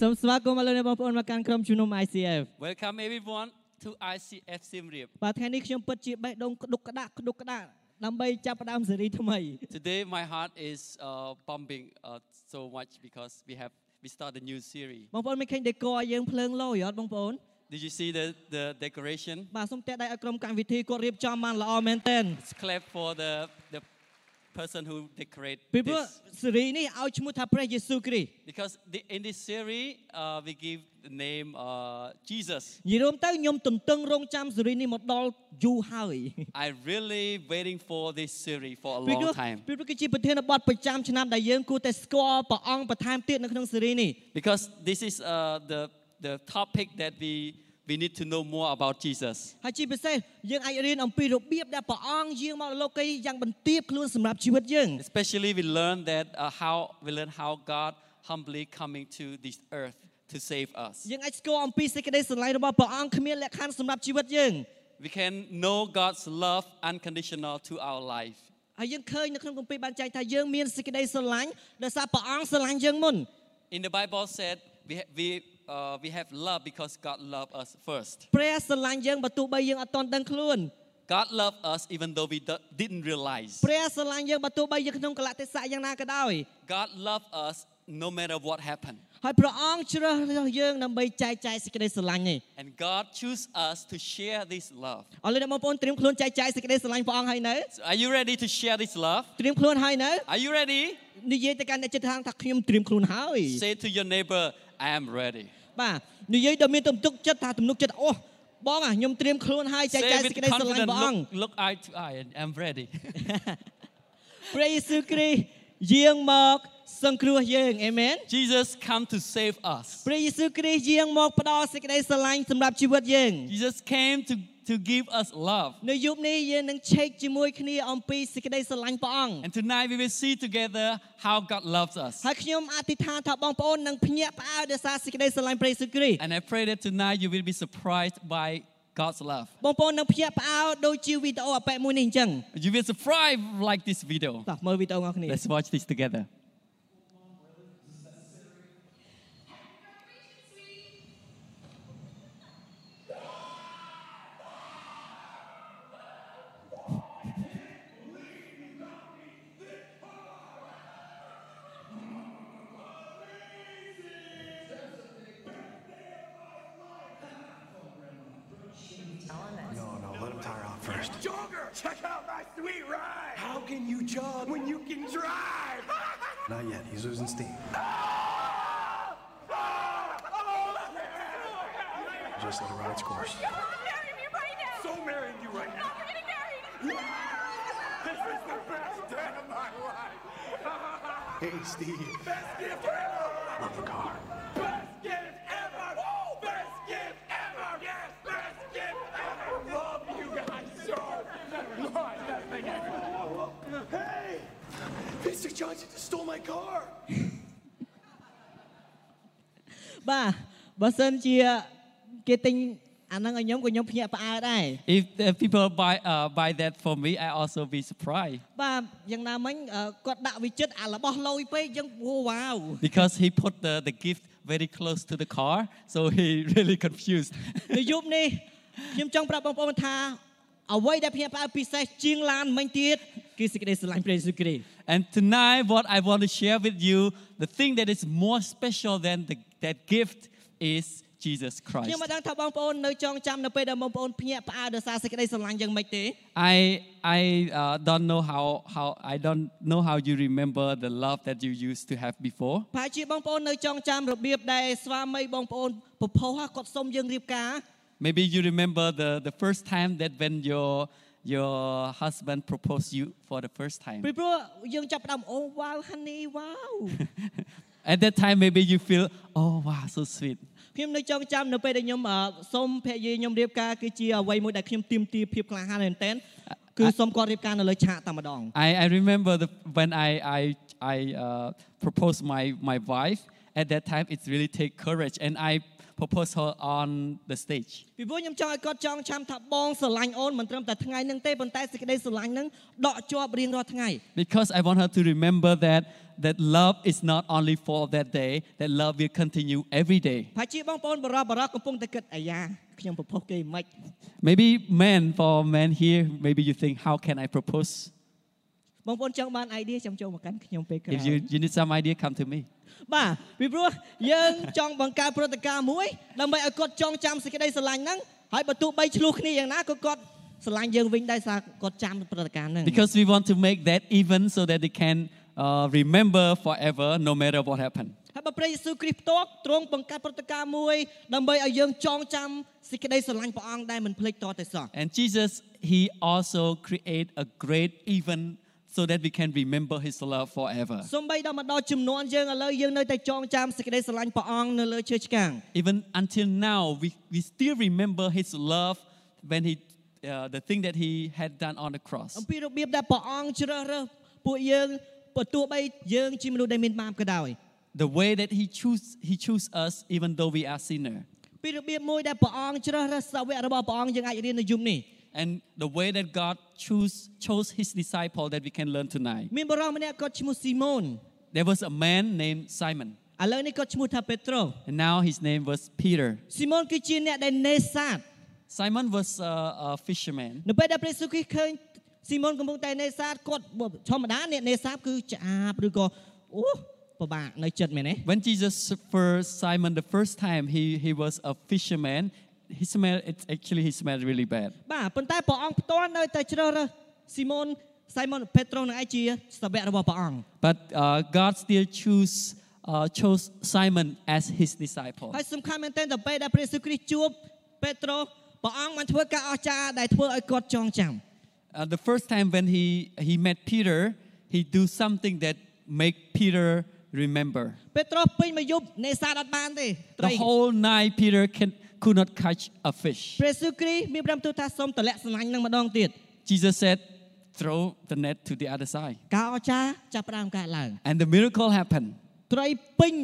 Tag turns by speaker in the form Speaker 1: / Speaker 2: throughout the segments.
Speaker 1: សូមស្វាគមន៍មកលោកអ្នកបងប្អូនមកកាន់ក្រុមជំនុំ ICF
Speaker 2: Welcome everyone to ICF Siem Reap.
Speaker 1: បាទថ្ងៃនេះខ្ញុំពិតជាបេះដូងក្តុកក្តាក់ក្តុកក្តាក់ដើម្បីចាប់ផ្ដើមស៊េរីថ្មី
Speaker 2: Today my heart is uh, pumping uh, so much because we have we start a new series.
Speaker 1: បងប្អូនមិនឃើញ decor យើងភ្លើងលោយអត់បងប្អូន
Speaker 2: Did you see the, the decoration?
Speaker 1: បាទសូមតែកដៃឲ្យក្រុមកម្មវិធីគាត់រៀបចំបានល្អមែនទែន
Speaker 2: Let's clap for the the person who decorate
Speaker 1: ពីព្រោះ
Speaker 2: this.
Speaker 1: ស៊េរីនេះឲ្យឈ្មោះថាព្រះយេស៊ូវគ្រីស្ទ
Speaker 2: Because the, in this series uh, we give the name uh, Jesus.
Speaker 1: និយាយរួមទៅខ្ញុំទន្ទឹងរង់ចាំស៊េរីនេះមកដល់យូរហើយ
Speaker 2: I really waiting for this series for a
Speaker 1: ពីព្រោះ
Speaker 2: long time
Speaker 1: ពីព្រោះគឺជាប្រធានបទប្រចាំឆ្នាំដែលយើងគួរតែស្គាល់ព្រះអង្គបន្ថែមទៀតនៅក្នុងស៊េរីនេះ
Speaker 2: because this is uh, the the topic that we we need to know more about Jesus.
Speaker 1: ហើយជាពិសេសយើងអាចរៀនអំពីរបៀបដែលព្រះអង្គយាងមកដល់លោកីយ៍យ៉ាងបន្ទាបខ្លួនសម្រាប់ជីវិតយើង
Speaker 2: Especially we learn that uh, how we learn how God humbly coming to this earth to save us.
Speaker 1: យើងអាចស្គាល់អំពីសេចក្តីស្រឡាញ់របស់ព្រះអង្គគ្មានលក្ខខណ្ឌសម្រាប់ជីវិតយើង
Speaker 2: We can know God's love unconditional to our life.
Speaker 1: ហើយយើងឃើញនៅក្នុងគម្ពីរបានចែងថាយើងមានសេចក្តីស្រឡាញ់ដោយសារព្រះអង្គស្រឡាញ់យើងមុន
Speaker 2: In the Bible said we ha- we uh, we have love because God loved us first.
Speaker 1: ព្រះស្រឡាញ់យើងបើទោះបីយើងអត់ទាន់ដឹងខ្លួន
Speaker 2: God loved us even though we do- didn't realize.
Speaker 1: ព្រះស្រឡាញ់យើងបើទោះបីយើងក្នុងកលៈទេសៈយ៉ាងណាក៏ដោយ
Speaker 2: God loved us no matter what happened.
Speaker 1: ហើយព្រះអង្គជ្រើសរើសយើងដើម្បីចែកចាយសេចក្តីស្រឡាញ់នេះ
Speaker 2: And God chose us to share this love.
Speaker 1: អរលោកអ្នកបងប្អូនត្រៀមខ្លួនចែកចាយសេចក្តីស្រឡាញ់ព្រះអង្គហើយនៅ
Speaker 2: So are you ready to share this love?
Speaker 1: ត្រៀមខ្លួនហើយនៅ
Speaker 2: Are you ready?
Speaker 1: និយាយទៅកាន់អ្នកចិត្តខាងថាខ្ញុំត្រៀមខ្លួនហើយ
Speaker 2: Say to your neighbor, I am ready.
Speaker 1: បាទនិយាយដល់មានទំនុកចិត្តថាទំនុកចិត្តអូបងអាខ្ញុំត្រៀមខ្លួនហើយចែកចាយ
Speaker 2: Say
Speaker 1: សេច
Speaker 2: with
Speaker 1: ក្តីស្រឡាញ់
Speaker 2: confidence,
Speaker 1: ព្រះអង្គ
Speaker 2: look, look eye to eye, and I'm ready.
Speaker 1: ព្រះយេស៊ូវគ្រីស្ទយាងមកសង្គ្រោះយើងអេមែន
Speaker 2: Jesus come to save us.
Speaker 1: ព្រះយេស៊ូវគ្រីស្ទយាងមកផ្ដល់សេចក្តីស្រឡាញ់សម្រាប់ជីវិតយើង
Speaker 2: Jesus came to, to give us love.
Speaker 1: នៅយប់នេះយើងនឹងឆែកជាមួយគ្នាអំពីសេចក្តីស្រឡាញ់ព្រះអង្គ
Speaker 2: And tonight we will see together how God loves us.
Speaker 1: ហើយខ្ញុំអធិដ្ឋានថាបងប្អូននឹងភ្ញាក់ផ្អើលដោយសារសេចក្តីស្រឡាញ់ព្រះយេស៊ូវគ្រីស្ទ
Speaker 2: And I pray that tonight you will be surprised by God's love.
Speaker 1: បងប្អូននឹងភ្ញាក់ផ្អើលដូចជាវីដេអូអប៉ែកមួយនេះអញ្ចឹង
Speaker 2: You will surprise like this video.
Speaker 1: តោះមើលវីដេអូរបស់គ្នា
Speaker 2: Let's watch this together.
Speaker 3: No, no, let him tire out first.
Speaker 4: Jogger, check out my sweet ride.
Speaker 3: How can you jog when
Speaker 4: When you can drive.
Speaker 3: Not yet, he's losing steam. Just let it run its course.
Speaker 5: I'm marrying you right now.
Speaker 4: so marrying you right now.
Speaker 5: Stop, we're getting married.
Speaker 4: This is the best day of my life.
Speaker 3: Hey, Steve.
Speaker 4: best gift ever.
Speaker 3: Love the car.
Speaker 4: Best gift ever. Oh, Best gift ever. Yes, best gift ever. Love you guys so much. Nothing ever. Hey, Mr. Johnson just stole my car.
Speaker 1: បាទបើសិនជាគេទិញអាហ្នឹងឲ្យខ្ញុំក៏ខ្ញុំភ្ញាក់ផ្អើលដែរ
Speaker 2: If the people buy, uh, buy that for me, I also be surprised
Speaker 1: បាទយ៉ាងណាមិញអឺគាត់ដាក់វិចិត្រអារបស់លយពេកយើងអូវ៉ាវ
Speaker 2: because he put the, the gift very close to the car, so he really confused.
Speaker 1: នៅយប់នេះខ្ញុំចង់ប្រាប់បងប្អូនថាអ្វីដែលភ្ញាក់ផ្អើលពិសេសជាងឡានមិញទៀតគឺសេចក្តីស្រឡាញ់ព្រះយេស៊ូវគ្រីស្ទ
Speaker 2: And tonight, what I want to share with you, the thing that is more special than the, that gift is Jesus
Speaker 1: ខ្ញុំ
Speaker 2: Christ.
Speaker 1: មិនដឹងថាបងប្អូននៅចងចាំនៅពេលដែលបងប្អូនភ្ញាក់ផ្អើលដោយសារសេចក្តីស្រឡាញ់យ៉ាងម៉េចទេ
Speaker 2: I, I uh, don't know how, how I don't know how you remember the love that you used to have before.
Speaker 1: ប្រហែលជាបងប្អូននៅចងចាំរបៀបដែលស្វាមីបងប្អូនប្រផុសហ่ะគាត់សុំយើងរៀបការ
Speaker 2: Maybe you remember the, the first time that when your your husband proposed you for the first
Speaker 1: ពី
Speaker 2: time.
Speaker 1: ព្រោះយើងចាប់ផ្ដើមអូវ៉ាវ honey វ៉ាវ
Speaker 2: At that time, maybe you feel, oh wow, so sweet.
Speaker 1: ខ្ញុំនៅចង់ចាំនៅពេលដែលខ្ញុំអឺសូមភរិយាខ្ញុំរៀបការគឺជាអ្វីមួយដែលខ្ញុំទៀមទាភាពក្លាហានមែនទែនគឺសូមគាត់រៀបការនៅលើឆាកតែម្ដង
Speaker 2: I, I remember the, when I, I, I uh, proposed my, my wife. At that time, it really take courage. And I proposal on the stage.
Speaker 1: ពីព្រោះខ្ញុំចង់ឲ្យគាត់ចងចាំថាបងស្រឡាញ់អូនមិនត្រឹមតែថ្ងៃហ្នឹងទេប៉ុន្តែសេចក្តីស្រឡាញ់ហ្នឹងដកជាប់រៀងរាល់ថ្ងៃ
Speaker 2: Because I want her to remember that, that love is not only for that day, that love will continue every day.
Speaker 1: ផាជាបងប្អូនបរោះបរោះកំពុងតែគិតអាយ៉ាខ្ញុំប្រពោះគេមិន
Speaker 2: Maybe men, for men here, maybe you think, how can I propose?
Speaker 1: បងប្អូនចង់បាន idea ចាំចូលមកកាន់ខ្ញុំពេលក្រោយ
Speaker 2: If you, you need some idea, come to me.
Speaker 1: បាទពីព្រោះយើងចង់បង្កើតព្រឹត្តិការណ៍មួយដើម្បីឲ្យគាត់ចងចាំសេចក្តីស្រឡាញ់ហ្នឹងហើយបើទោះបីឆ្លោះគ្នាយ៉ាងណាក៏គាត់ស្រឡាញ់យើងវិញដែរសារគាត់ចាំព្រឹត្តិការណ៍ហ្នឹង
Speaker 2: Because we want to make that even so that they can uh, remember forever, no matter what happened.
Speaker 1: ហើយបើព្រះយេស៊ូវគ្រីស្ទផ្ទាល់ទ្រង់បង្កើតព្រឹត្តិការណ៍មួយដើម្បីឲ្យយើងចងចាំសេចក្តីស្រឡាញ់ព្រះអង្គដែលមិនភ្លេចតតែសោះ
Speaker 2: And Jesus, he also create a great event so that we can remember his love forever.
Speaker 1: សូម្បីដល់មកដល់ជំនាន់យើងឥឡូវយើងនៅតែចងចាំសេចក្តីស្រឡាញ់ព្រះអង្គនៅលើឈើឆ្កាង
Speaker 2: Even until now, we, we still remember his love when he, uh, the thing that he had done on the
Speaker 1: អំ
Speaker 2: cross.
Speaker 1: ពីរបៀបដែលព្រះអង្គជ្រើសរើសពួកយើងបើទោះបីយើងជាមនុស្សដែលមានបាបក៏ដោយ
Speaker 2: The way that he choose, he choose us even though we are sinner.
Speaker 1: ពីរបៀបមួយដែលព្រះអង្គជ្រើសរើសសាវករបស់ព្រះអង្គយើងអាចរៀននៅយប់នេះ
Speaker 2: And the way that God choose, chose his disciple that we can learn tonight.
Speaker 1: មានបរិសម្នាក់គាត់ឈ្មោះស៊ីម៉ូន
Speaker 2: There was a man named Simon.
Speaker 1: ឥឡូវនេះគាត់ឈ្មោះថាពេត្រុស
Speaker 2: And now his name was Peter.
Speaker 1: ស៊ីម៉ូនគឺជាអ្នកដែលនេសាទ
Speaker 2: Simon was a, a fisherman.
Speaker 1: នៅពេលដែលព្រះយេស៊ូវគ្រីស្ទឃើញស៊ីម៉ូនកំពុងតែនេសាទគាត់ធម្មតាអ្នកនេសាទគឺឆ្អាបឬក៏អូពិបាកនៅចិត្តមែនទេ
Speaker 2: When Jesus first Simon the first time, he, he was a fisherman. He smelled it's actually he smelled really bad.
Speaker 1: បាទប៉ុន្តែព្រះអង្គផ្ទាល់នៅតែជ្រើសរើសស៊ីម៉ូនសៃម៉ូនពេត្រុសនឹងឯងជាសាវករបស់ព្រះអង្គ
Speaker 2: But uh, God still choose uh, chose Simon as his disciple.
Speaker 1: ហើយសំខាន់មែនទែនទៅពេលដែលព្រះយេស៊ូវគ្រីស្ទជួបពេត្រុសព្រះអង្គបានធ្វើការអស្ចារ្យដែលធ្វើឲ្យគាត់ចងចាំ
Speaker 2: Uh, the first time when he he met Peter, he do something that make Peter remember.
Speaker 1: ពេត្រុសពេញមួយយប់នេសាទអត់បានទេត្រី
Speaker 2: The whole night Peter can, could not catch a fish.
Speaker 1: ព្រះយេស៊ូវគ្រីស្ទមានប្រាំទូលថាសូមតម្លាក់ស្នាញ់នឹងម្ដងទៀត
Speaker 2: Jesus said, "Throw the net to the other side."
Speaker 1: ការអស្ចារ្យចាប់ផ្ដើមកើតឡើង
Speaker 2: And the miracle happened.
Speaker 1: ត្រីពេញ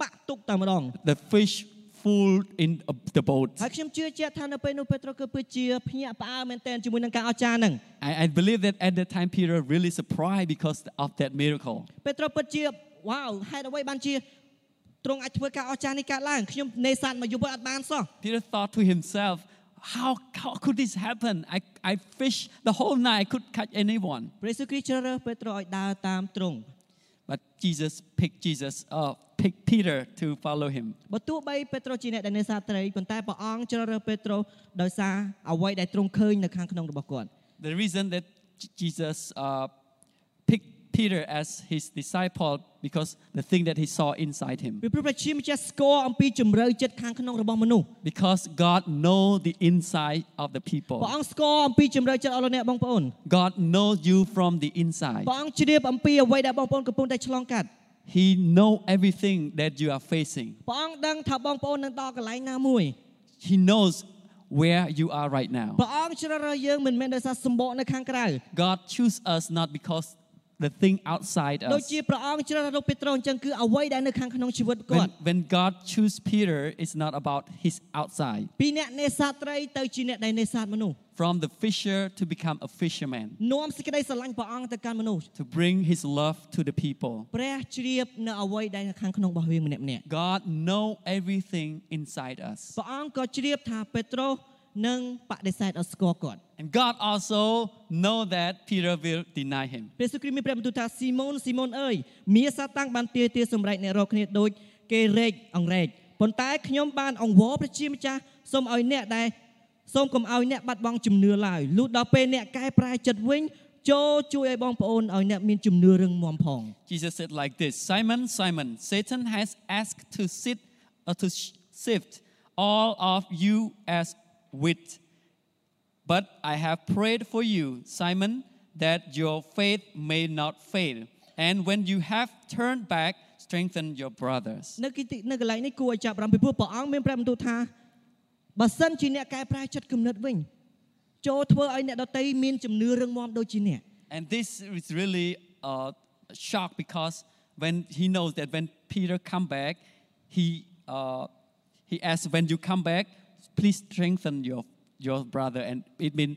Speaker 1: បាក់ទុកតែម្ដង
Speaker 2: The fish full in uh, the boat.
Speaker 1: ហើយខ្ញុំជឿជាក់ថានៅពេលនោះពេត្រុសគឺពិតជាភ្ញាក់ផ្អើលមែនទែនជាមួយនឹងការអស្ចារ្យហ្នឹង
Speaker 2: I, I believe that at that time Peter really surprised because of that miracle.
Speaker 1: ពេត្រុសពិតជាវ៉ាវហេតុអ្វីបានជាទ្រង់អាចធ្វើការអស្ចារ្យនេះកើតឡើងខ្ញុំនេសាទមកយប់ហើយអត់បានសោះ
Speaker 2: Peter thought to himself, how, how could this happen? I, I fished the whole night, I could catch anyone.
Speaker 1: ព្រះយេស៊ូវគ្រីស្ទជ្រើសរើសពេត្រុសឲ្យដើរតាមទ្រង់
Speaker 2: But Jesus picked Jesus up, picked Peter to follow him.
Speaker 1: បើទោះបីពេត្រុសជាអ្នកដែលនេសាទត្រីប៉ុន្តែព្រះអង្គជ្រើសរើសពេត្រុសដោយសារអ្វីដែលទ្រង់ឃើញនៅខាងក្នុងរបស់គាត់
Speaker 2: The reason that J- Jesus uh, picked Peter as his disciple because the thing that he saw inside him.
Speaker 1: ពីព្រោះព្រះជាម្ចាស់ស្គាល់អំពីជំរឿចិត្តខាងក្នុងរបស់មនុស្ស
Speaker 2: Because God know the inside of the
Speaker 1: ព្រះអ
Speaker 2: people.
Speaker 1: ង្គស្គាល់អំពីជំរឿចិត្តអស់លោកអ្នកបងប្អូន
Speaker 2: God knows you from the inside.
Speaker 1: ព្រះអង្គជ្រាបអំពីអ្វីដែលបងប្អូនកំពុងតែឆ្លងកាត់
Speaker 2: He know everything that you are facing.
Speaker 1: ព្រះអង្គដឹងថាបងប្អូននឹងដល់កន្លែងណាមួយ
Speaker 2: He knows where you are right now.
Speaker 1: ព្រះអង្គជ្រើសរើសយើងមិនមែនដោយសារសម្បកនៅខាងក្រៅ
Speaker 2: God choose us not because the thing outside
Speaker 1: ដូច
Speaker 2: us.
Speaker 1: ជាព្រះអង្គជ្រើសរើសលោកពេត្រុសអញ្ចឹងគឺអ្វីដែលនៅខាងក្នុងជីវិតគាត់
Speaker 2: When, when God choose Peter, it's not about his outside.
Speaker 1: ពីអ្នកនេសាទត្រីទៅជាអ្នកដែលនេសាទមនុស្ស
Speaker 2: From the fisher to become a fisherman,
Speaker 1: នាំសេចក្តីស្រឡាញ់ព្រះអង្គទៅកាន់មនុស្ស
Speaker 2: to bring his love to the people.
Speaker 1: ព្រះជ្រាបនៅអ្វីដែលនៅខាងក្នុងរបស់យើងម្នាក់ៗ
Speaker 2: God know everything inside us.
Speaker 1: ព្រះអង្គក៏ជ្រាបថាពេត្រុសនឹងបដិសេធអត់ស្គាល់គាត់
Speaker 2: And God also know that Peter will deny him.
Speaker 1: ព្រះយេស៊ូវគ្រីស្ទមានព្រះបន្ទូលថាស៊ីម៉ូនស៊ីម៉ូនអើយមារសាតាំងបានទាទាសម្រេចអ្នករាល់គ្នាដូចគេរែកអង្រែកប៉ុន្តែខ្ញុំបានអង្វរព្រះជាម្ចាស់សូមឲ្យអ្នកដែលសូមកុំឲ្យអ្នកបាត់បង់ជំនឿឡើយលុះដល់ពេលអ្នកកែប្រែចិត្តវិញចូលជួយឲ្យបងប្អូនឲ្យអ្នកមានជំនឿរឹងមាំផង
Speaker 2: Jesus said like this Simon, Simon, Satan has asked to sit or to sh- sift all of you as wheat. But I have prayed for you, Simon, that your faith may not fail. And when you have turned back, strengthen your brothers.
Speaker 1: នៅគទីនៅកន្លែងនេះគួរឲ្យចាប់អារម្មណ៍ពីព្រោះព្រះអង្គមានព្រះបន្ទូលថាបើសិនជាអ្នកកែប្រែចិត្តគំនិតវិញចូលធ្វើឲ្យអ្នកដតីមានជំនឿរឹងមាំដូចជាអ្នក
Speaker 2: And this is really uh, a shock because when he knows that when Peter come back, he, uh, He asked, when you come back, please strengthen your, your brother. And it means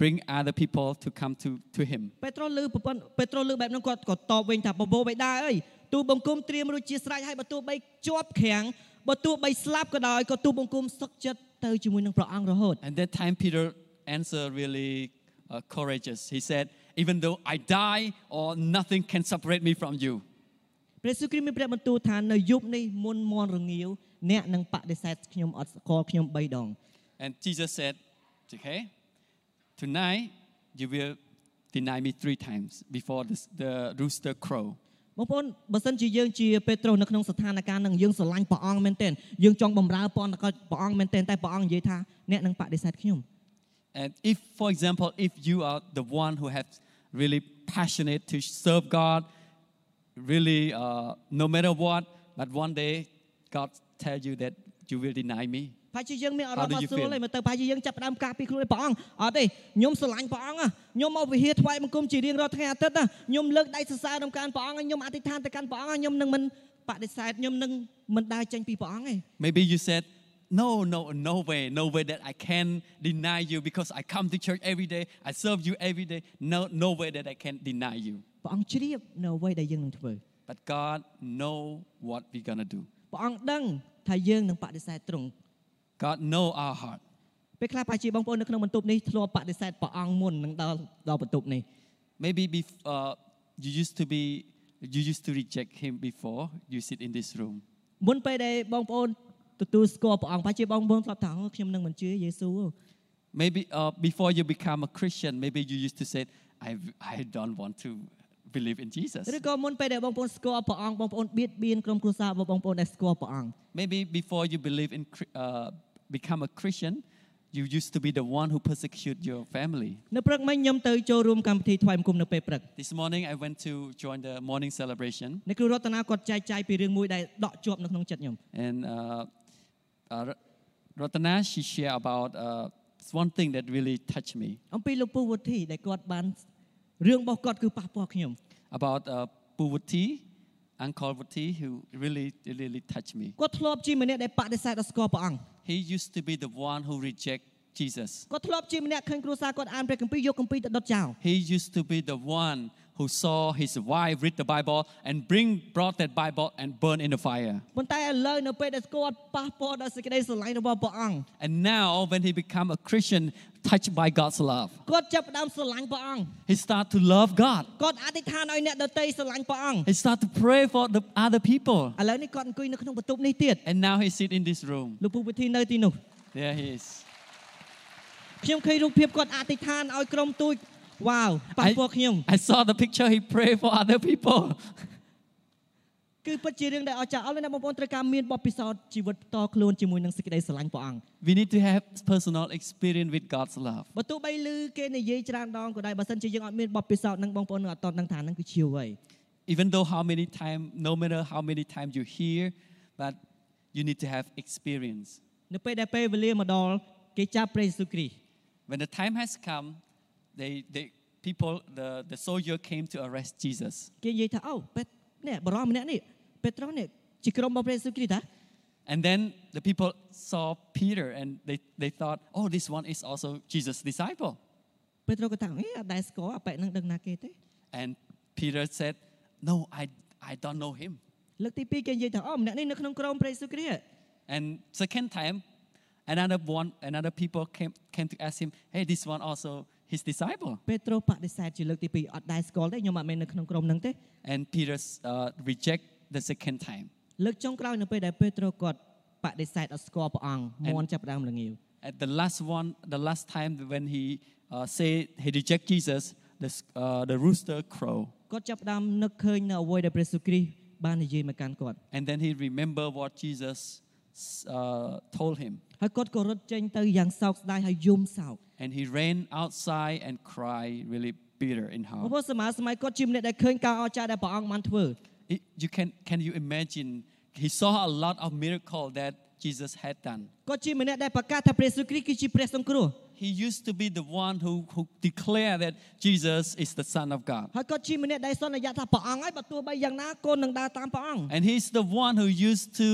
Speaker 2: bring other people to come to, to him.
Speaker 1: ពេត្រុសឮប្រពន្ធពេត្រុសឮបែបហ្នឹងគាត់ក៏តបវិញថាបបោបៃតាអើយទូបង្គំត្រៀមរួចជាស្រេចហើយបើទូបីជាប់ក្រាំងបើទូបីស្លាប់ក៏ដោយក៏ទូបង្គំសឹកចិត្តទៅជាមួយនឹងព្រះអង្គរហូត
Speaker 2: And that time, Peter answered really uh, courageous. He said, even though I die or nothing can separate me from you.
Speaker 1: ព្រះយេស៊ូវគ្រីស្ទមានព្រះបន្ទូលថានៅយប់នេះមុនមន់រងាវអ្នកនឹងបដិសេធខ្ញុំអត់ស្គាល់ខ្ញុំ3ដង
Speaker 2: And Jesus said, okay, tonight you will deny me three times before the, the rooster crow.
Speaker 1: បងប្អូនបើសិនជាយើងជាពេត្រុសនៅក្នុងស្ថានភាពហ្នឹងយើងស្រឡាញ់ព្រះអង្គមែនទែនយើងចង់បំរើព្រះអង្គក៏ព្រះអង្គមែនទែនតែព្រះអង្គនិយាយថាអ្នកនឹងបដិសេធខ្ញុំ
Speaker 2: And if, for example, if you are the one who has really passionate to serve God, really uh, no matter what, but one day God tell you that you will deny me.
Speaker 1: ប្រហែលជាយើងមានអារម្មណ៍អ
Speaker 2: How do
Speaker 1: ត់
Speaker 2: you
Speaker 1: ស្រួល
Speaker 2: feel?
Speaker 1: ទេមើលទៅប្រហែលជាយើងចាប់ផ្ដើមការពីខ្លួនឯងព្រះអង្គអត់ទេខ្ញុំស្រឡាញ់ព្រះអង្គណាខ្ញុំមកវិហារថ្វាយបង្គំជារៀងរាល់ថ្ងៃអាទិត្យណាខ្ញុំលើកដៃសរសើរដល់កានព្រះអង្គហើយខ្ញុំអធិដ្ឋានទៅកាន់ព្រះអង្គហើយខ្ញុំនឹងមិនបដិសេធខ្ញុំនឹងមិនដើរចេញពីព្រះអង្គទេ
Speaker 2: Maybe you said, no, no, no way, no way that I can deny you because I come to church every day, I serve you every day. No, no way that I can deny you.
Speaker 1: ព្រះអង្គជ្រាបនៅអ្វីដែលយើងនឹងធ្វើ
Speaker 2: But God know what we're gonna do.
Speaker 1: ព្រះអង្គដឹងថាយើងនឹងបដិសេធទ្រង់
Speaker 2: God know our heart.
Speaker 1: ពេលខ្លះប្រហែលជាបងប្អូននៅក្នុងបន្ទប់នេះធ្លាប់បដិសេធព្រះអង្គមុននឹងដល់ដល់បន្ទប់នេះ
Speaker 2: Maybe bef- uh, you used to be, you used to reject Him before you sit in this room.
Speaker 1: មុនពេលដែលបងប្អូនទទួលស្គាល់ព្រះអង្គប្រហែលជាបងប្អូនធ្លាប់ថាអូខ្ញុំនឹងមិនជឿយេស៊ូវទេ
Speaker 2: Maybe uh, before you become a Christian, maybe you used to say, I, I don't want to believe in Jesus.
Speaker 1: ឬក៏មុនពេលដែលបងប្អូនស្គាល់ព្រះអង្គបងប្អូនបៀតបៀនក្រុមគ្រួសាររបស់បងប្អូនដែលស្គាល់ព្រះអង្គ
Speaker 2: Maybe before you believe in, Chri- uh, become a Christian, you used to be the one who persecute your family.
Speaker 1: នៅព្រឹកមិញខ្ញុំទៅចូលរួមកម្មវិធីថ្វាយបង្គំនៅពេលព្រឹក
Speaker 2: This morning, I went to join the morning celebration,
Speaker 1: អ្នកគ្រូរតនាគាត់ចែកចាយពីរឿងមួយដែលដក់ជាប់នៅក្នុងចិត្តខ្ញុំ
Speaker 2: and uh, uh, R- Ratana, she shared about uh, one thing that really touched me
Speaker 1: អំពីលោកពូវុធីដែលគាត់បានរឿងរបស់គាត់គឺប៉ះពាល់ខ្ញុំ
Speaker 2: about uh, Puwuti, Uncle Wuti, who really, really touched me.
Speaker 1: គាត់ធ្លាប់ជាម្នាក់ដែលបដិសេធដល់ស្គាល់ព្រះអង្គ
Speaker 2: He used to be the one who reject Jesus.
Speaker 1: គាត់ធ្លាប់ជាម្នាក់ឃើញគ្រួសារគាត់អានព្រះគម្ពីរយកគម្ពីរទៅដុតចោល
Speaker 2: He used to be the one who saw his wife read the Bible and bring brought that Bible and burn in the fire.
Speaker 1: ប៉ុន្តែឥឡូវនៅពេលដែលគាត់ប៉ះពាល់ដល់សេចក្តីស្រឡាញ់របស់ព្រះអង្គ
Speaker 2: And now, when he become a Christian, touched by God's love,
Speaker 1: គាត់ចាប់ផ្ដើមស្រឡាញ់ព្រះអង្គ
Speaker 2: he start to love God.
Speaker 1: គាត់អធិដ្ឋានឲ្យអ្នកដទៃស្រឡាញ់ព្រះអង្គ
Speaker 2: He start to pray for the other people.
Speaker 1: ឥឡូវនេះគាត់អង្គុយនៅក្នុងបន្ទប់នេះទៀត
Speaker 2: And now he sit in this room.
Speaker 1: លោកពូវិធីនៅទីនោះ
Speaker 2: There he is.
Speaker 1: ខ្ញុំឃើញរូបភាពគាត់អធិដ្ឋានឲ្យក្រុមទូចវ៉ាវប៉ះ
Speaker 2: I,
Speaker 1: ពាល់ខ្ញុំ
Speaker 2: I saw the picture. He pray for other people.
Speaker 1: គឺពិតជារឿងដែលអស្ចារ្យអស់លោកអ្នកបងប្អូនត្រូវការមានបទពិសោធន៍ជីវិតផ្ទាល់ខ្លួនជាមួយនឹងសេចក្តីស្រឡាញ់ព្រះអង្គ
Speaker 2: We need to have personal experience with God's love.
Speaker 1: បើទោះបីឮគេនិយាយច្រើនដងក៏ដោយបើសិនជាយើងអត់មានបទពិសោធន៍នឹងបងប្អូននឹងអត់តន់នឹងថានឹងគឺជាអ្វី
Speaker 2: Even though how many time, no matter how many time you hear, but you need to have experience.
Speaker 1: នៅពេលដែលពេលវេលាមកដល់គេចាប់ព្រះយេស៊ូវគ្រីស្ទ
Speaker 2: When the time has come, they, they people, the, the soldier came to arrest Jesus.
Speaker 1: គេនិយាយថាអូពេតនេះបរមម្នាក់នេះពេត្រុសនេះជាក្រុមរបស់ព្រះយេស៊ូវគ្រីស្ទតា
Speaker 2: And then the people saw Peter and they, they thought, oh, this one is also Jesus' disciple.
Speaker 1: ពេត្រុសក៏ថាអេអត់ដែរស្គាល់អាប៉ែកនឹងដឹងណាគេទេ
Speaker 2: And Peter said, no, I, I don't know him.
Speaker 1: លើកទី2គេនិយាយថាអូម្នាក់នេះនៅក្នុងក្រុមព្រះយេស៊ូវគ្រីស្ទ
Speaker 2: And second time, another one, another people came, came to ask him, hey, this one also his disciple.
Speaker 1: ពេត្រុសបដិសេធជាលើកទី2អត់ដែរស្គាល់ទេខ្ញុំអត់មែននៅក្នុងក្រុមហ្នឹងទេ
Speaker 2: And Peter uh, reject the second time.
Speaker 1: លើកចុងក្រោយនៅពេលដែលពេត្រុសគាត់បដិសេធអត់ស្គាល់ព្រះអង្គមន់ចាប់ផ្ដើមល្ងាវ
Speaker 2: At the last one, the last time when he uh, say he reject Jesus, the, s- uh, the rooster crow.
Speaker 1: គាត់ចាប់ផ្ដើមនឹកឃើញនៅអ្វីដែលព្រះយេស៊ូវគ្រីស្ទបាននិយាយមកកាន់គាត់
Speaker 2: And then he remember what Jesus uh, told him.
Speaker 1: ហើយគាត់ក៏រត់ចេញទៅយ៉ាងសោកស្ដាយហើយយំសោក
Speaker 2: And he ran outside and cried really bitter
Speaker 1: ប
Speaker 2: in
Speaker 1: ង
Speaker 2: heart.
Speaker 1: ប្អូនសមាសម័យគាត់ជាម្នាក់ដែលឃើញការអស្ចារ្យដែលព្រះអង្គបានធ្វើ
Speaker 2: It- you can, can you imagine? He saw a lot of miracle that Jesus had done.
Speaker 1: គាត់ជាម្នាក់ដែលប្រកាសថាព្រះយេស៊ូវគ្រីស្ទគឺជាព្រះសង្គ្រោះ
Speaker 2: He used to be the one who, who declared that Jesus is the Son of God.
Speaker 1: ហើយគាត់ជាម្នាក់ដែលសន្យាថាព្រះអង្គហើយបើទោះបីយ៉ាងណាកូននឹងដើរតាមព្រះអង្គ
Speaker 2: And he's the one who used to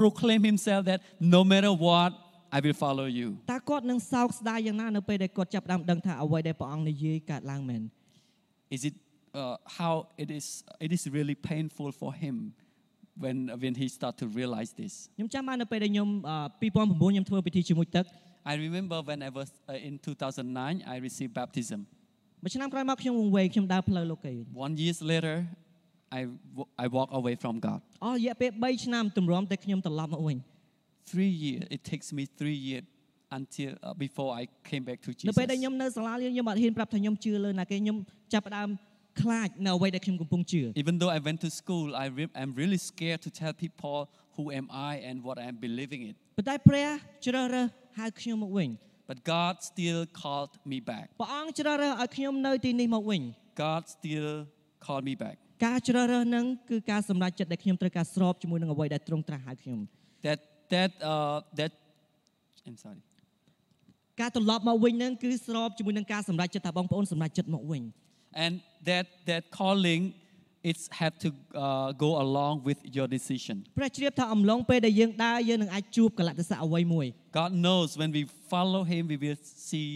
Speaker 2: proclaim himself that no matter what, I will follow you.
Speaker 1: តើគាត់នឹងសោកស្ដាយយ៉ាងណានៅពេលដែលគាត់ចាប់ផ្ដើមដឹងថាអ្វីដែលព្រះអង្គនិយាយកើតឡើងមែន
Speaker 2: Is it uh, how it is? It is really painful for him when when he start to realize this.
Speaker 1: ខ្ញុំចាំបាននៅពេលដែលខ្ញុំអឺ2009ខ្ញុំធ្វើពិធីជាមួយទឹក
Speaker 2: I remember when I was uh, in 2009, I received baptism.
Speaker 1: មួយឆ្នាំក្រោយមកខ្ញុំវង្វេងខ្ញុំដើរផ្លូវលោកគេវិញ
Speaker 2: One years later, I wa- I walk away from God.
Speaker 1: អស់រយៈពេល3ឆ្នាំទម្រាំតែខ្ញុំត្រឡប់មកវិញ
Speaker 2: Three years. It takes me three years until uh, before I came back to
Speaker 1: នៅ
Speaker 2: Jesus.
Speaker 1: ពេលដែលខ្ញុំនៅសាលារៀនខ្ញុំអត់ហ៊ានប្រាប់ថាខ្ញុំជឿលើណាគេខ្ញុំចាប់ផ្ដើមខ្លាចនៅអ្វីដែលខ្ញុំកំពុងជឿ
Speaker 2: Even though I went to school, I re- I'm really scared to tell people who am I and what I am believing in.
Speaker 1: ប៉ុន្តែព្រះជ្រើសរើសហៅខ្ញុំមកវិញ
Speaker 2: But God still called me back.
Speaker 1: ព្រះអង្គជ្រើសរើសឲ្យខ្ញុំនៅទីនេះមកវិញ
Speaker 2: God still called me back.
Speaker 1: ការជ្រើសរើសហ្នឹងគឺការសម្រេចចិត្តដែលខ្ញុំត្រូវការស្របជាមួយនឹងអ្វីដែលទ្រង់ត្រាស់ហៅខ្ញុំ
Speaker 2: That that uh, that. I'm sorry.
Speaker 1: ការត្រឡប់មកវិញហ្នឹងគឺស្របជាមួយនឹងការសម្រេចចិត្តថាបងប្អូនសម្រេចចិត្តមកវិញ
Speaker 2: And that that calling, it's had to uh, go along with your decision.
Speaker 1: ព្រះជ្រាបថាអំឡុងពេលដែលយើងដើរយើងនឹងអាចជួបកលតិសៈអ្វីមួយ
Speaker 2: God knows when we follow Him, we will see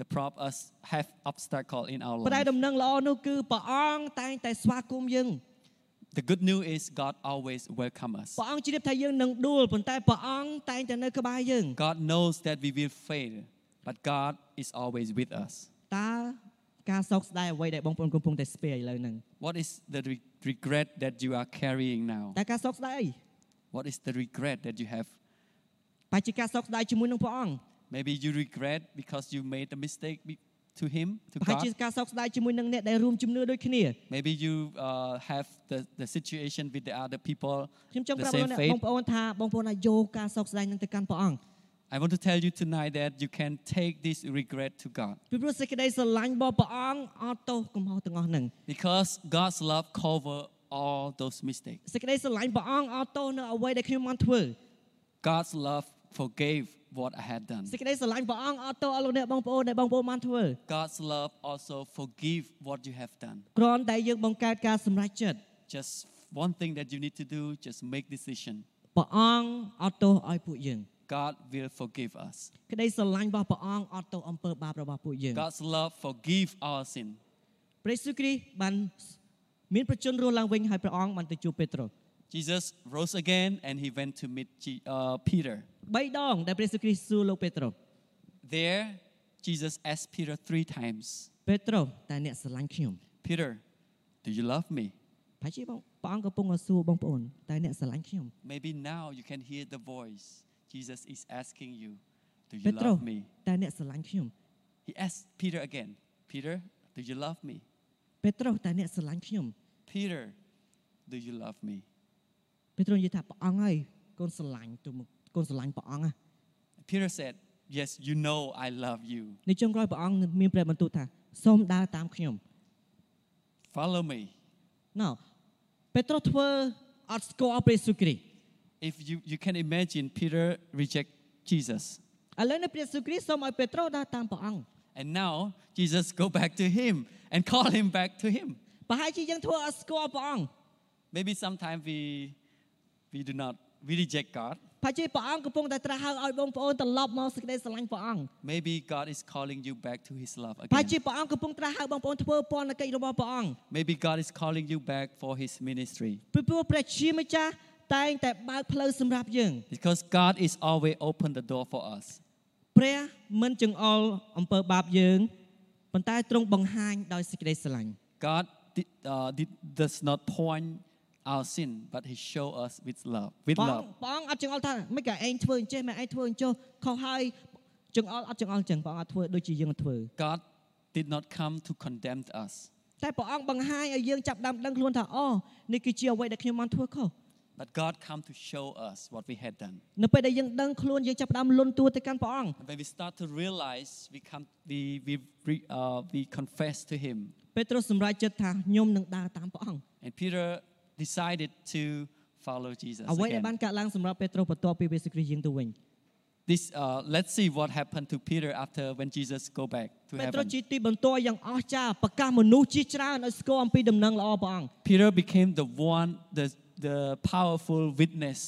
Speaker 2: the prop us have obstacle in our
Speaker 1: ប៉ុន្តែ
Speaker 2: life.
Speaker 1: ដំណឹងល្អនោះគឺព្រះអង្គតែងតែស្វាគមន៍យើង
Speaker 2: The good news is God always welcome us.
Speaker 1: ព្រះអង្គជ្រាបថាយើងនឹងដួលប៉ុន្តែព្រះអង្គតែងតែនៅក្បែរយើង
Speaker 2: God knows that we will fail, but God is always with us.
Speaker 1: តើការសោកស្ដាយអ្វីដែលបងប្អូនកំពុងតែស្ពាយឥឡូវហ្នឹង
Speaker 2: What is the re- regret that you are carrying now?
Speaker 1: តើការសោកស្ដាយអី
Speaker 2: What is the regret that you have?
Speaker 1: បច្ចុប្បន្នការសោកស្ដាយជាមួយនឹងព្រះអង្គ
Speaker 2: Maybe you regret because you made a mistake be- to Him, to
Speaker 1: ប្រហែលជា
Speaker 2: God.
Speaker 1: ការសោកស្ដាយជាមួយនឹងអ្នកដែលរួមជំនឿដូចគ្នា
Speaker 2: Maybe you uh, have the, the situation with the other people,
Speaker 1: ខ្ញុំចង់ប្រា
Speaker 2: the
Speaker 1: ប់បង
Speaker 2: same
Speaker 1: ប្អូនបង
Speaker 2: faith.
Speaker 1: ប្អូនថាបងប្អូនអាចយកការសោកស្ដាយនឹងទៅកាន់ព្រះអង្គ
Speaker 2: I want to tell you tonight that you can take this regret to God.
Speaker 1: ពីព្រោះសេចក្តីស្រឡាញ់របស់ព្រះអង្គអត់ទោសកំហុសទាំងអស់ហ្នឹង
Speaker 2: Because God's love cover all those mistakes.
Speaker 1: សេចក្តីស្រឡាញ់ព្រះអង្គអត់ទោសនៅអ្វីដែលខ្ញុំបានធ្វើ
Speaker 2: God's love forgave what I had done.
Speaker 1: សេចក្តីស្រឡាញ់ព្រះអង្គអត់ទោសអស់លោកអ្នកបងប្អូនដែលបងប្អូនបានធ្វើ
Speaker 2: God's love also forgive what you have done.
Speaker 1: គ្រាន់តែយើងបង្កើតការសម្រេចចិត្ត
Speaker 2: Just one thing that you need to do, just make decision.
Speaker 1: ព្រះអង្គអត់ទោសឲ្យពួកយើង
Speaker 2: God will forgive us.
Speaker 1: ក្តីស្រឡាញ់របស់ព្រះអង្គអត់ទោសអំពើបាបរបស់ពួកយើង
Speaker 2: God's love forgive our sin.
Speaker 1: ព្រះយេស៊ូវគ្រីស្ទបានមានប្រជញ្ញរស់ឡើងវិញហើយព្រះអង្គបានទៅជួបពេត្រុស
Speaker 2: Jesus rose again and he went to meet Je- uh, Peter.
Speaker 1: 3ដងដែលព្រះយេស៊ូវគ្រីស្ទសួរលោកពេត្រុស
Speaker 2: There, Jesus asked Peter three times,
Speaker 1: ពេត្រុសតើអ្នកស្រឡាញ់ខ្ញុំ
Speaker 2: Peter, do you love me?
Speaker 1: ប្រហែលជាបងព្រះអង្គកំពុងតែសួរបងប្អូនតើអ្នកស្រឡាញ់ខ្ញុំ
Speaker 2: Maybe now you can hear the voice. Jesus is asking you, Do you
Speaker 1: ពេត្រុស
Speaker 2: love me?
Speaker 1: តើអ្នកស្រឡាញ់ខ្ញុំ
Speaker 2: He asked Peter again, Peter, do you love me?
Speaker 1: ពេត្រុសតើអ្នកស្រឡាញ់ខ្ញុំ
Speaker 2: Peter, do you love me?
Speaker 1: ពេត្រុសនិយាយថាព្រះអង្គហើយកូនស្រឡាញ់ទៅមកកូនស្រឡាញ់ព្រះអង្គណា
Speaker 2: Peter said, Yes, you know I love you.
Speaker 1: នៅចុងក្រោយព្រះអង្គមានព្រះបន្ទូលថាសូមដើរតាមខ្ញុំ
Speaker 2: Follow me.
Speaker 1: ណោពេត្រុសធ្វើអត់ស្គាល់ព្រះយេស៊ូវគ្រីស្ទ
Speaker 2: If you, you can imagine, Peter reject Jesus.
Speaker 1: ឥឡូវនៅព្រះយេស៊ូវគ្រីស្ទសូមឲ្យពេត្រុសដើរតាមព្រះអង្គ
Speaker 2: And now Jesus go back to him and call him back to him.
Speaker 1: ប្រហែលជាយើងធ្វើអត់ស្គាល់ព្រះអង្គ
Speaker 2: Maybe sometimes we, we do not, we reject God.
Speaker 1: ប្រហែលជាព្រះអង្គកំពុងតែត្រាស់ហៅឲ្យបងប្អូនត្រឡប់មកសេចក្តីស្រឡាញ់ព្រះអង្គ
Speaker 2: Maybe God is calling you back to his love
Speaker 1: ប្រហែល
Speaker 2: again.
Speaker 1: ជាព្រះអង្គកំពុងត្រាស់ហៅបងប្អូនធ្វើពរណកិច្ចរបស់ព្រះអង្គ
Speaker 2: Maybe God is calling you back for his ministry
Speaker 1: ពីព្រោះព្រះជាម្ចាស់តែងតែបើកផ្លូវសម្រាប់យើង
Speaker 2: because God is always open the door for us.
Speaker 1: ព្រះមិនចង្អុលអំពើបាបយើងប៉ុន្តែទ្រង់បង្ហាញដោយសេចក្តីស្រឡាញ់
Speaker 2: God did, uh, did, does not point our sin, but he show us with love, with
Speaker 1: ព្រះអ
Speaker 2: love.
Speaker 1: ង្គព្រះអង្គអត់ចង្អុលថាមិនក៏ឯងធ្វើអញ្ចេះមិនឯងធ្វើអញ្ចោះខុសហើយចង្អុលអត់ចង្អុលអញ្ចឹងព្រះអង្គអត់ធ្វើដូចជាយើងធ្វើ
Speaker 2: God did not come to condemn us,
Speaker 1: តែព្រះអង្គបង្ហាញឲ្យយើងចាប់ផ្ដើមដឹងខ្លួនថាអូនេះគឺជាអ្វីដែលខ្ញុំបានធ្វើខុស
Speaker 2: but God come to show us what we had done.
Speaker 1: នៅពេលដែលយើងដឹងខ្លួនយើងចាប់ផ្ដើមលន់តួទៅកាន់ព្រះអង្គ
Speaker 2: And when we start to realize, we come, we, we, re- uh, we confess to him.
Speaker 1: ពេត្រុសសម្រេចចិត្តថាខ្ញុំនឹងដើរតាមព្រះអង្គ
Speaker 2: And Peter decided to follow Jesus
Speaker 1: អ្វីដែល
Speaker 2: again.
Speaker 1: បានកើតឡើងសម្រាប់ពេត្រុសបន្ទាប់ពីពេលសេចក្តីយើងទៅវិញ
Speaker 2: This, uh, let's see what happened to Peter after when Jesus go back to
Speaker 1: ពេត្រុស
Speaker 2: heaven.
Speaker 1: ជាទីបន្ទាល់យ៉ាងអស្ចារ្យប្រកាសមនុស្សជាច្រើនឲ្យស្គាល់អំពីដំណឹងល្អព្រះអង្គ
Speaker 2: Peter became the one, the, the powerful witness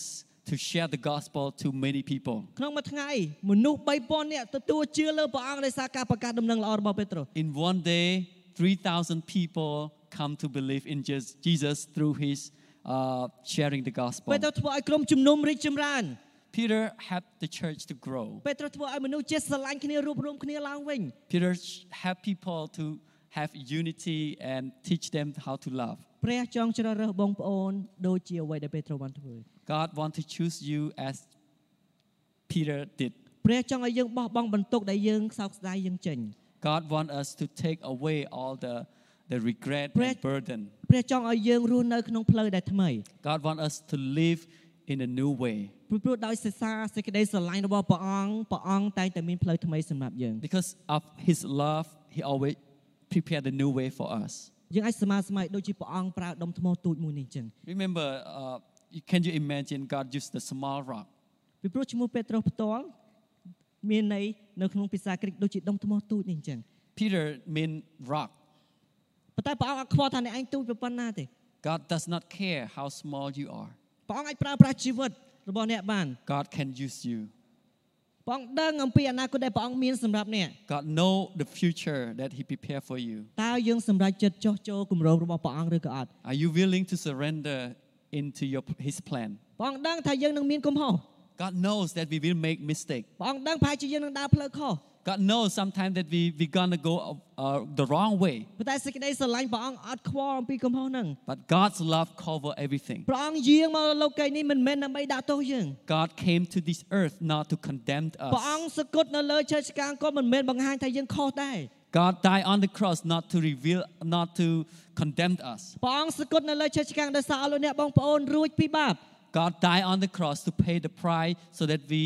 Speaker 2: to share the gospel to many people.
Speaker 1: ក្នុងមួយថ្ងៃមនុស្ស3000នាក់ទទួលជឿលើព្រះអង្គដោយសារការប្រកាសដំណឹងល្អរបស់ពេត្រុស
Speaker 2: In one day, 3,000 people come to believe in Jes- Jesus through his uh, sharing the
Speaker 1: ពេ
Speaker 2: gospel.
Speaker 1: ត្រុសធ្វើឲ្យក្រុមជំនុំរីកចម្រើន
Speaker 2: Peter helped the church to grow.
Speaker 1: ពេត្រុសធ្វើឲ្យមនុស្សចេះស្រឡាញ់គ្នារួបរวมគ្នាឡើងវិញ
Speaker 2: Peter sh- helped people to have unity and teach them how to love.
Speaker 1: ព្រះចង់ជ្រើសរើសបងប្អូនដូចជាអ្វីដែលពេត្រុសបានធ្វើ
Speaker 2: God wants to choose you as Peter did.
Speaker 1: ព្រះចង់ឲ្យយើងបោះបង់បន្ទុកដែលយើងសោកស្ដាយយើងចេញ
Speaker 2: God wants us to take away all the, the regret
Speaker 1: Brett-
Speaker 2: and burden.
Speaker 1: ព្រះចង់ឲ្យយើងរស់នៅក្នុងផ្លូវដែលថ្មី
Speaker 2: God wants us to live in a new way
Speaker 1: ព្រោះព្រោះដោយសេចក្ដីសេចក្ដីស្រឡាញ់របស់ព្រះអង្គព្រះអង្គតែងតែមានផ្លូវថ្មីសម្រាប់យើង
Speaker 2: because of His love. He always prepared a new way for us.
Speaker 1: យើងអាចស្មើស្ម័យដូចជាព្រះអង្គប្រើដុំថ្មទូចមួយនេះអញ្ចឹង
Speaker 2: Remember, uh, you- can you imagine God used the small rock?
Speaker 1: ពីព្រោះឈ្មោះពេត្រុសផ្ទាល់មានន័យនៅក្នុងភាសាក្រិកដូចជាដុំថ្មទូចនេះអញ្ចឹង
Speaker 2: Peter mean rock.
Speaker 1: ប៉ុន្តែព្រះអង្គអត់ខ្វល់ថាអ្នកឯងទូចប្រប៉ុណ្ណាទេ
Speaker 2: God does not care how small you are.
Speaker 1: ព្រះអង្គអាចប្រើប្រាស់ជីវិតរបស់អ្នកបាន
Speaker 2: God can use you.
Speaker 1: ព្រះអង្គដឹងអំពីអនាគតដែលព្រះអង្គមានសម្រាប់អ្នក
Speaker 2: God know the future that He prepared for you.
Speaker 1: តើយើងសម្រេចចិត្តចោះចូលគម្រោងរបស់ព្រះអង្គឬក៏អត់
Speaker 2: Are you willing to surrender into your, His plan?
Speaker 1: ព្រះអង្គដឹងថាយើងនឹងមានកំហុស
Speaker 2: God knows that we will make mistake.
Speaker 1: ព្រះអង្គដឹងប្រហែលជាយើងនឹងដើរផ្លូវខុស
Speaker 2: God knows sometimes that we we gonna go uh, the wrong way.
Speaker 1: ប៉ុន្តែសេចក្តីស្រឡាញ់ព្រះអង្គអត់ខ្វល់អំពីកំហុសហ្នឹង
Speaker 2: But God's love cover everything.
Speaker 1: ព្រះអង្គយាងមកលោកកៃនេះមិនមែនដើម្បីដាក់ទោសយើង
Speaker 2: God came to this earth not to condemn
Speaker 1: ព្រះអ
Speaker 2: us.
Speaker 1: ង្គសគត់នៅលើជើងឆ្កាងក៏មិនមែនបង្ហាញថាយើងខុសដែរ
Speaker 2: God died on the cross not to reveal, not to condemn us.
Speaker 1: ព្រះអង្គសគត់នៅលើជើងឆ្កាងដោយសារអស់លោកអ្នកបងប្អូនរួចពីបាប
Speaker 2: God died on the cross to pay the price so that we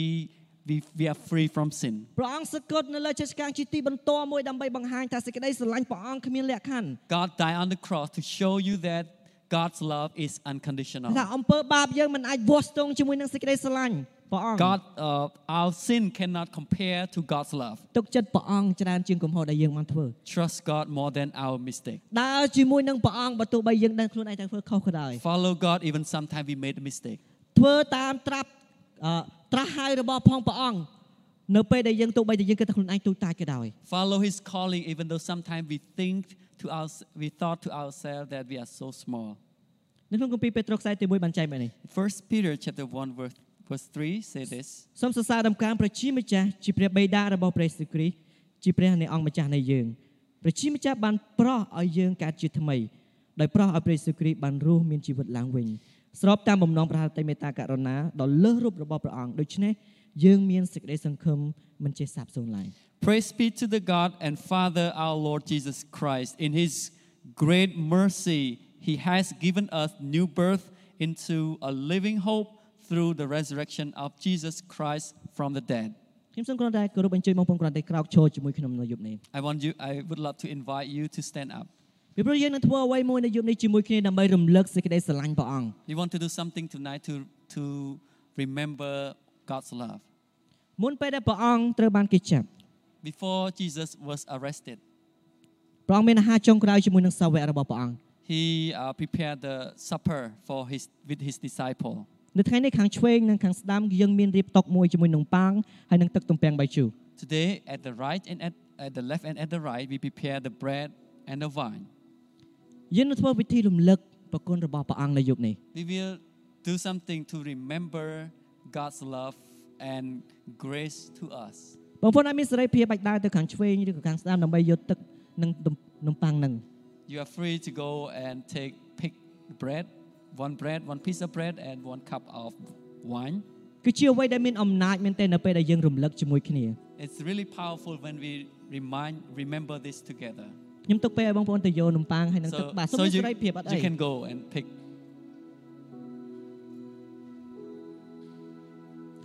Speaker 2: we, we are free from sin.
Speaker 1: ព្រះអង្គសគត់នៅលើជើងឆ្កាងជាទីបន្ទាល់មួយដើម្បីបង្ហាញថាសេចក្តីស្រឡាញ់ព្រះអង្គគ្មានលក្ខខណ្ឌ
Speaker 2: God died on the cross to show you that God's love is unconditional.
Speaker 1: ថាអំពើបាបយើងមិនអាចវាស់ស្ទង់ជាមួយនឹងសេចក្តីស្រឡាញ់ព្រះអង្គ
Speaker 2: God, uh, our sin cannot compare to God's love.
Speaker 1: ទុកចិត្តព្រះអង្គច្រើនជាងកំហុសដែលយើងបានធ្វើ
Speaker 2: Trust God more than our mistake.
Speaker 1: ដើរជាមួយនឹងព្រះអង្គបើទោះបីយើងដឹងខ្លួនឯងថាធ្វើខុសក៏ដោយ
Speaker 2: Follow God even sometimes we made a mistake.
Speaker 1: ធ្វើតាមត្រាប់អឺត្រាស់ហៅរបស់ផងព្រះអង្គនៅពេលដែលយើងទោះបីតែយើងគិតថាខ្លួនឯងទូចតាចក៏ដោយ
Speaker 2: Follow His calling even though sometimes we think to our, we thought to ourselves that we are so small.
Speaker 1: នៅក្នុងគម្ពីរពេត្រុសខ្សែទី1បានចែងបែបនេះ
Speaker 2: First Peter chapter 1 verse, verse 3 say this.
Speaker 1: សូមសរសើរដំណការព្រះជាម្ចាស់ជាព្រះបិតារបស់ព្រះយេស៊ូវគ្រីស្ទជាព្រះនៃអង្គម្ចាស់នៃយើងព្រះជាម្ចាស់បានប្រោះឲ្យយើងកើតជាថ្មីដោយប្រោះឲ្យព្រះយេស៊ូវគ្រីស្ទបានរស់មានជីវិតឡើងវិញស្របតាមបំណងប្រាថ្នាមេត្តាករុណាដ៏លើសរូបរបស់ព្រះអង្គដូច្នេះយើងមានសេចក្តីសង្ឃឹមមិនចេះសាបសូន្យឡើយ
Speaker 2: Praise be to the God and Father our Lord Jesus Christ. In his great mercy, he has given us new birth into a living hope through the resurrection of Jesus Christ from the dead.
Speaker 1: ខ្ញុំសូមគ្រាន់តែគោរពអញ្ជើញបងប្អូនគ្រាន់តែក្រោកឈរជាមួយខ្ញុំនៅយប់នេះ
Speaker 2: I want you I would love to invite you to stand up.
Speaker 1: ពីព្រោះយើងនឹងធ្វើអ្វីមួយនៅយប់នេះជាមួយគ្នាដើម្បីរំលឹកសេចក្តីស្រឡាញ់ព្រះអង្គ
Speaker 2: We want to do something tonight to to remember God's love.
Speaker 1: មុនពេលដែលព្រះអង្គត្រូវបានគេចាប់
Speaker 2: Before Jesus was arrested,
Speaker 1: ព្រះអង្គមានអាហារចុងក្រោយជាមួយនឹងសាវករបស់ព្រះអង្គ
Speaker 2: he uh, prepared the supper for his with his disciple.
Speaker 1: នៅថ្ងៃនេះខាងឆ្វេងនិងខាងស្ដាំយើងមានរៀបតុកមួយជាមួយនឹងប៉ាងហើយនឹងទឹកទំពាំងបាយជូរ
Speaker 2: Today, at the right and at, at the left and at the right, we prepare the bread and the wine.
Speaker 1: យើងនឹងធ្វើពិធីរំលឹកប្រគុណរបស់ព្រះអង្គនៅយប់នេះ
Speaker 2: We will do something to remember God's love and grace to us.
Speaker 1: បងប្អូនអាចមានសេរីភាពអាចដើរទៅខាងឆ្វេងឬក៏ខាងស្ដាំដើម្បីយកទឹកនិងទំនំប៉ាំងនឹង
Speaker 2: You are free to go and take pick bread, one bread, one piece of bread, and one cup of wine.
Speaker 1: គឺជាអ្វីដែលមានអំណាចមែនទែននៅពេលដែលយើងរំលឹកជាមួយគ្នា
Speaker 2: It's really powerful when we remind remember this together.
Speaker 1: ខ្ញុំទុកពេលឲ្យបងប្អូនទៅយកនំប៉ាំងហើយនឹងទឹក
Speaker 2: So,
Speaker 1: បាទសូម
Speaker 2: so
Speaker 1: មានសេ
Speaker 2: you,
Speaker 1: រីភាពអត់អី
Speaker 2: you can go and pick.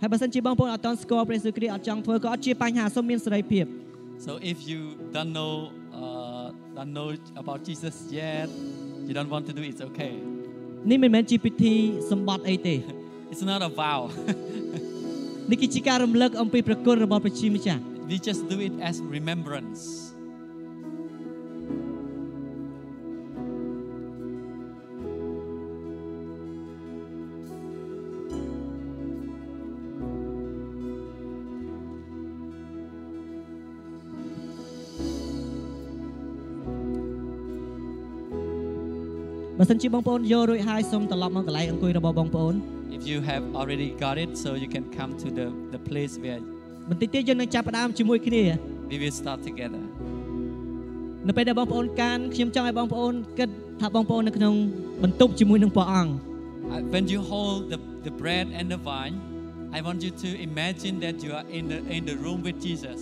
Speaker 1: ហើយបើសិនជាបងប្អូនអត់តន់ស្គាល់ព្រះយេស៊ូវគ្រីស្ទអត់ចង់ធ្វើក៏អត់ជាបញ្ហាសូមមានសេរីភាព
Speaker 2: So if you don't know uh, don't know about Jesus yet, you don't want to do it, it's okay.
Speaker 1: នេះមិនមែនជាពិធីសម្បត្តិអីទេ
Speaker 2: It's not a vow.
Speaker 1: នេះគឺជាការរំលឹកអំពីប្រគុណរបស់ព្រះជាម្ចាស់
Speaker 2: we just do it as remembrance.
Speaker 1: ប បើសិនជាបងប្អូនយករួចហើយសូមត្រឡប់មកកន្លែងអង្គុយរបស់បងប្អូន
Speaker 2: If you have already got it, so you can come to the, the place where
Speaker 1: បន្តិចទៀតយើងនឹងចាប់ផ្ដើមជាមួយគ្នា
Speaker 2: we will start together.
Speaker 1: នៅពេលដែលបងប្អូនកាន់ខ្ញុំចង់ឲ្យបងប្អូនគិតថាបងប្អូននៅក្នុងបន្ទប់ជាមួយនឹងព្រះអង្គ
Speaker 2: Uh, When you hold the, the bread and the wine, I want you to imagine that you are in the, in the room with Jesus.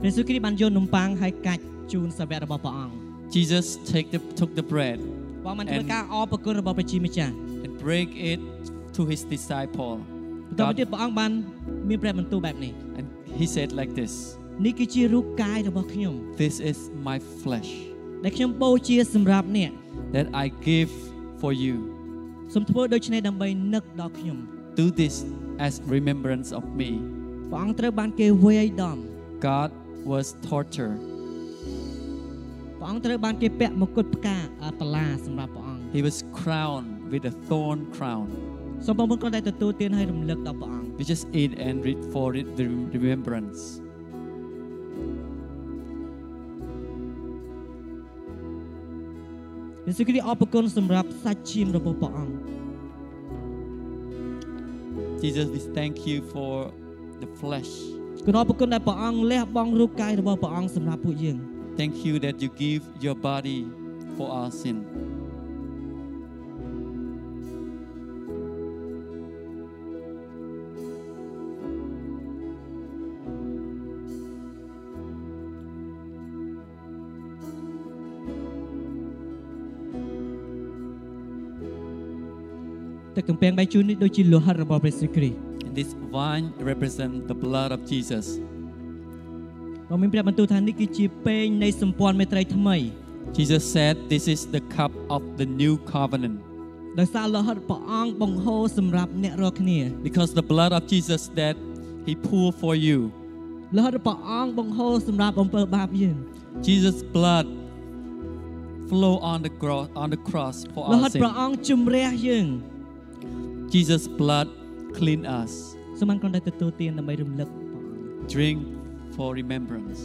Speaker 1: ព្រះយេស៊ូវគ្រីស្ទបានយកនំប៉័ងហើយកាច់ជូនសាវករបស់ព្រះអង្គ
Speaker 2: Jesus take the, took the bread
Speaker 1: ព្រះអង្គបាន
Speaker 2: And-
Speaker 1: ធ្វើការអរព្រគុណរបស់ព្រះជាម្ចាស់
Speaker 2: and break it to his disciple.
Speaker 1: បន្ទាប់មកទៀ
Speaker 2: God-
Speaker 1: តព្រះអង្គបានមានព្រះបន្ទូលបែបនេះ
Speaker 2: and he said like this,
Speaker 1: នេះគឺជារូបកាយរបស់ខ្ញុំ
Speaker 2: This is my flesh
Speaker 1: ដែលខ្ញុំបូជាសម្រាប់អ្នក
Speaker 2: that I give for you.
Speaker 1: សូមធ្វើដូច្នេះដើម្បីនឹកដល់ខ្ញុំ
Speaker 2: Do this as remembrance of me.
Speaker 1: ព្រះអង្គត្រូវបានគេវាយដំ
Speaker 2: God was tortured.
Speaker 1: ព្រះអង្គត្រូវបានគេពាក់មកុដផ្កាអឺបន្លាសម្រាប់ព្រះអង្គ
Speaker 2: He was crowned with a thorn crown.
Speaker 1: សូមបងប្អូនគ្រាន់តែទទួលទានហើយរំលឹកដល់ព្រះអង្គ
Speaker 2: We just eat and read for it the remembrance.
Speaker 1: ព្រះយេស៊ូវគ្រីស្ទអរព្រគុណសម្រាប់សាច់ឈាមរបស់ព្រះអង្គ
Speaker 2: Jesus, we thank you for the flesh.
Speaker 1: គោរពអរព្រគុណដែលព្រះអង្គលះបង់រូបកាយរបស់ព្រះអង្គសម្រាប់ពួកយើង
Speaker 2: Thank you that you give your body for our sin.
Speaker 1: ទឹកកំពែងបាយជូននេះដូចជាលោហិតរបស់ព្រះយេស៊ូវគ្រីស្ទ
Speaker 2: And this wine represents the blood of Jesus.
Speaker 1: ព្រះមានព្រះបន្ទូលថានេះគឺជាពេងនៃសម្ព័ន្ធមេត្រីថ្មី
Speaker 2: Jesus said, This is the cup of the new covenant.
Speaker 1: ដោយសារលោហិតព្រះអង្គបង្ហូរសម្រាប់អ្នករាល់គ្នា
Speaker 2: Because the blood of Jesus that he poured for you,
Speaker 1: លោហិតព្រះអង្គបង្ហូរសម្រាប់អំពើបាបយើង
Speaker 2: Jesus' blood flow on the, cross, on the cross for
Speaker 1: លោហិ
Speaker 2: our
Speaker 1: តព្រះ
Speaker 2: sin.
Speaker 1: អង្គជំរះយើង
Speaker 2: Jesus' blood clean us.
Speaker 1: សូមបានគ្រាន់តែទទួលទានដើម្បីរំលឹកព្រះអង្គ
Speaker 2: Drink for remembrance.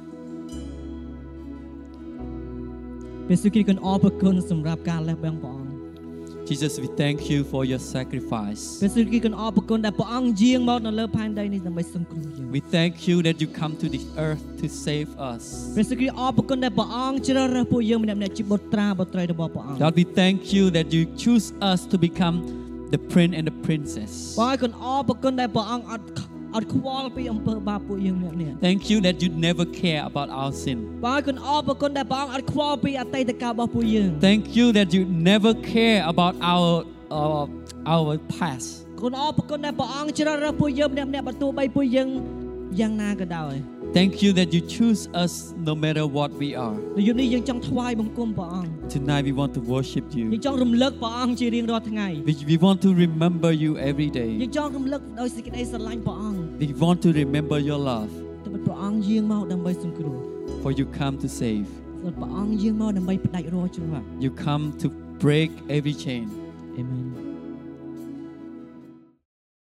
Speaker 1: ព្រះយេស៊ូវគ្រីស្ទក៏អរព្រគុណសម្រាប់ការលះបង់ព្រះអង្គ
Speaker 2: Jesus, we thank you for your sacrifice.
Speaker 1: ព្រះយេស៊ូវគ្រីស្ទក៏អរព្រគុណដែលព្រះអង្គយាងមកនៅលើផែនដីនេះដើម្បីសង្គ្រោះយើង
Speaker 2: We thank you that you come to the earth to save us.
Speaker 1: ព្រះយេស៊ូវគ្រីស្ទអរព្រគុណដែលព្រះអង្គជ្រើសរើសពួកយើងម្នាក់ៗជាបុត្រាបុត្រីរបស់ព្រះអង្គ
Speaker 2: God, we thank you that you choose us to become the prince and the princess.
Speaker 1: ព្រះអង្គក៏អរព្រគុណដែលព្រះអង្គអត់អត់ខ្វល់ពីអំពើបាបពួកយើងម្នាក់ៗ
Speaker 2: Thank you that you never care about our sin.
Speaker 1: បងគុណអរព្រគុណដែលព្រះអង្គអត់ខ្វល់ពីអតីតកាលរបស់ពួកយើង
Speaker 2: Thank you that you never care about our uh, our past.
Speaker 1: គុណអរព្រគុណដែលព្រះអង្គជ្រើសរើសពួកយើងម្នាក់ម្នាក់ៗបើទោះបីពួកយើងយ៉ាងណាក៏ដោយ
Speaker 2: Thank you that you choose us no matter what we are.
Speaker 1: នៅយប់នេះយើងចង់ថ្វាយបង្គំព្រះអង្គ
Speaker 2: Tonight we want to worship
Speaker 1: យើ
Speaker 2: you.
Speaker 1: ងចង់រំលឹកព្រះអង្គជារៀងរាល់ថ្ងៃ
Speaker 2: We, we want to remember you every
Speaker 1: យើ
Speaker 2: day.
Speaker 1: ងចង់រំលឹកដោយសេចក្តីស្រឡាញ់ព្រះអង្គ
Speaker 2: We want to remember your love,
Speaker 1: ទៅព្រះអង្គយាងមកដើម្បីសង្គ្រោះ
Speaker 2: for you come to save.
Speaker 1: សូមព្រះអង្គយាងមកដើម្បីផ្ដាច់រាល់ជំងឺ
Speaker 2: You come to break every chain.
Speaker 1: អេមែន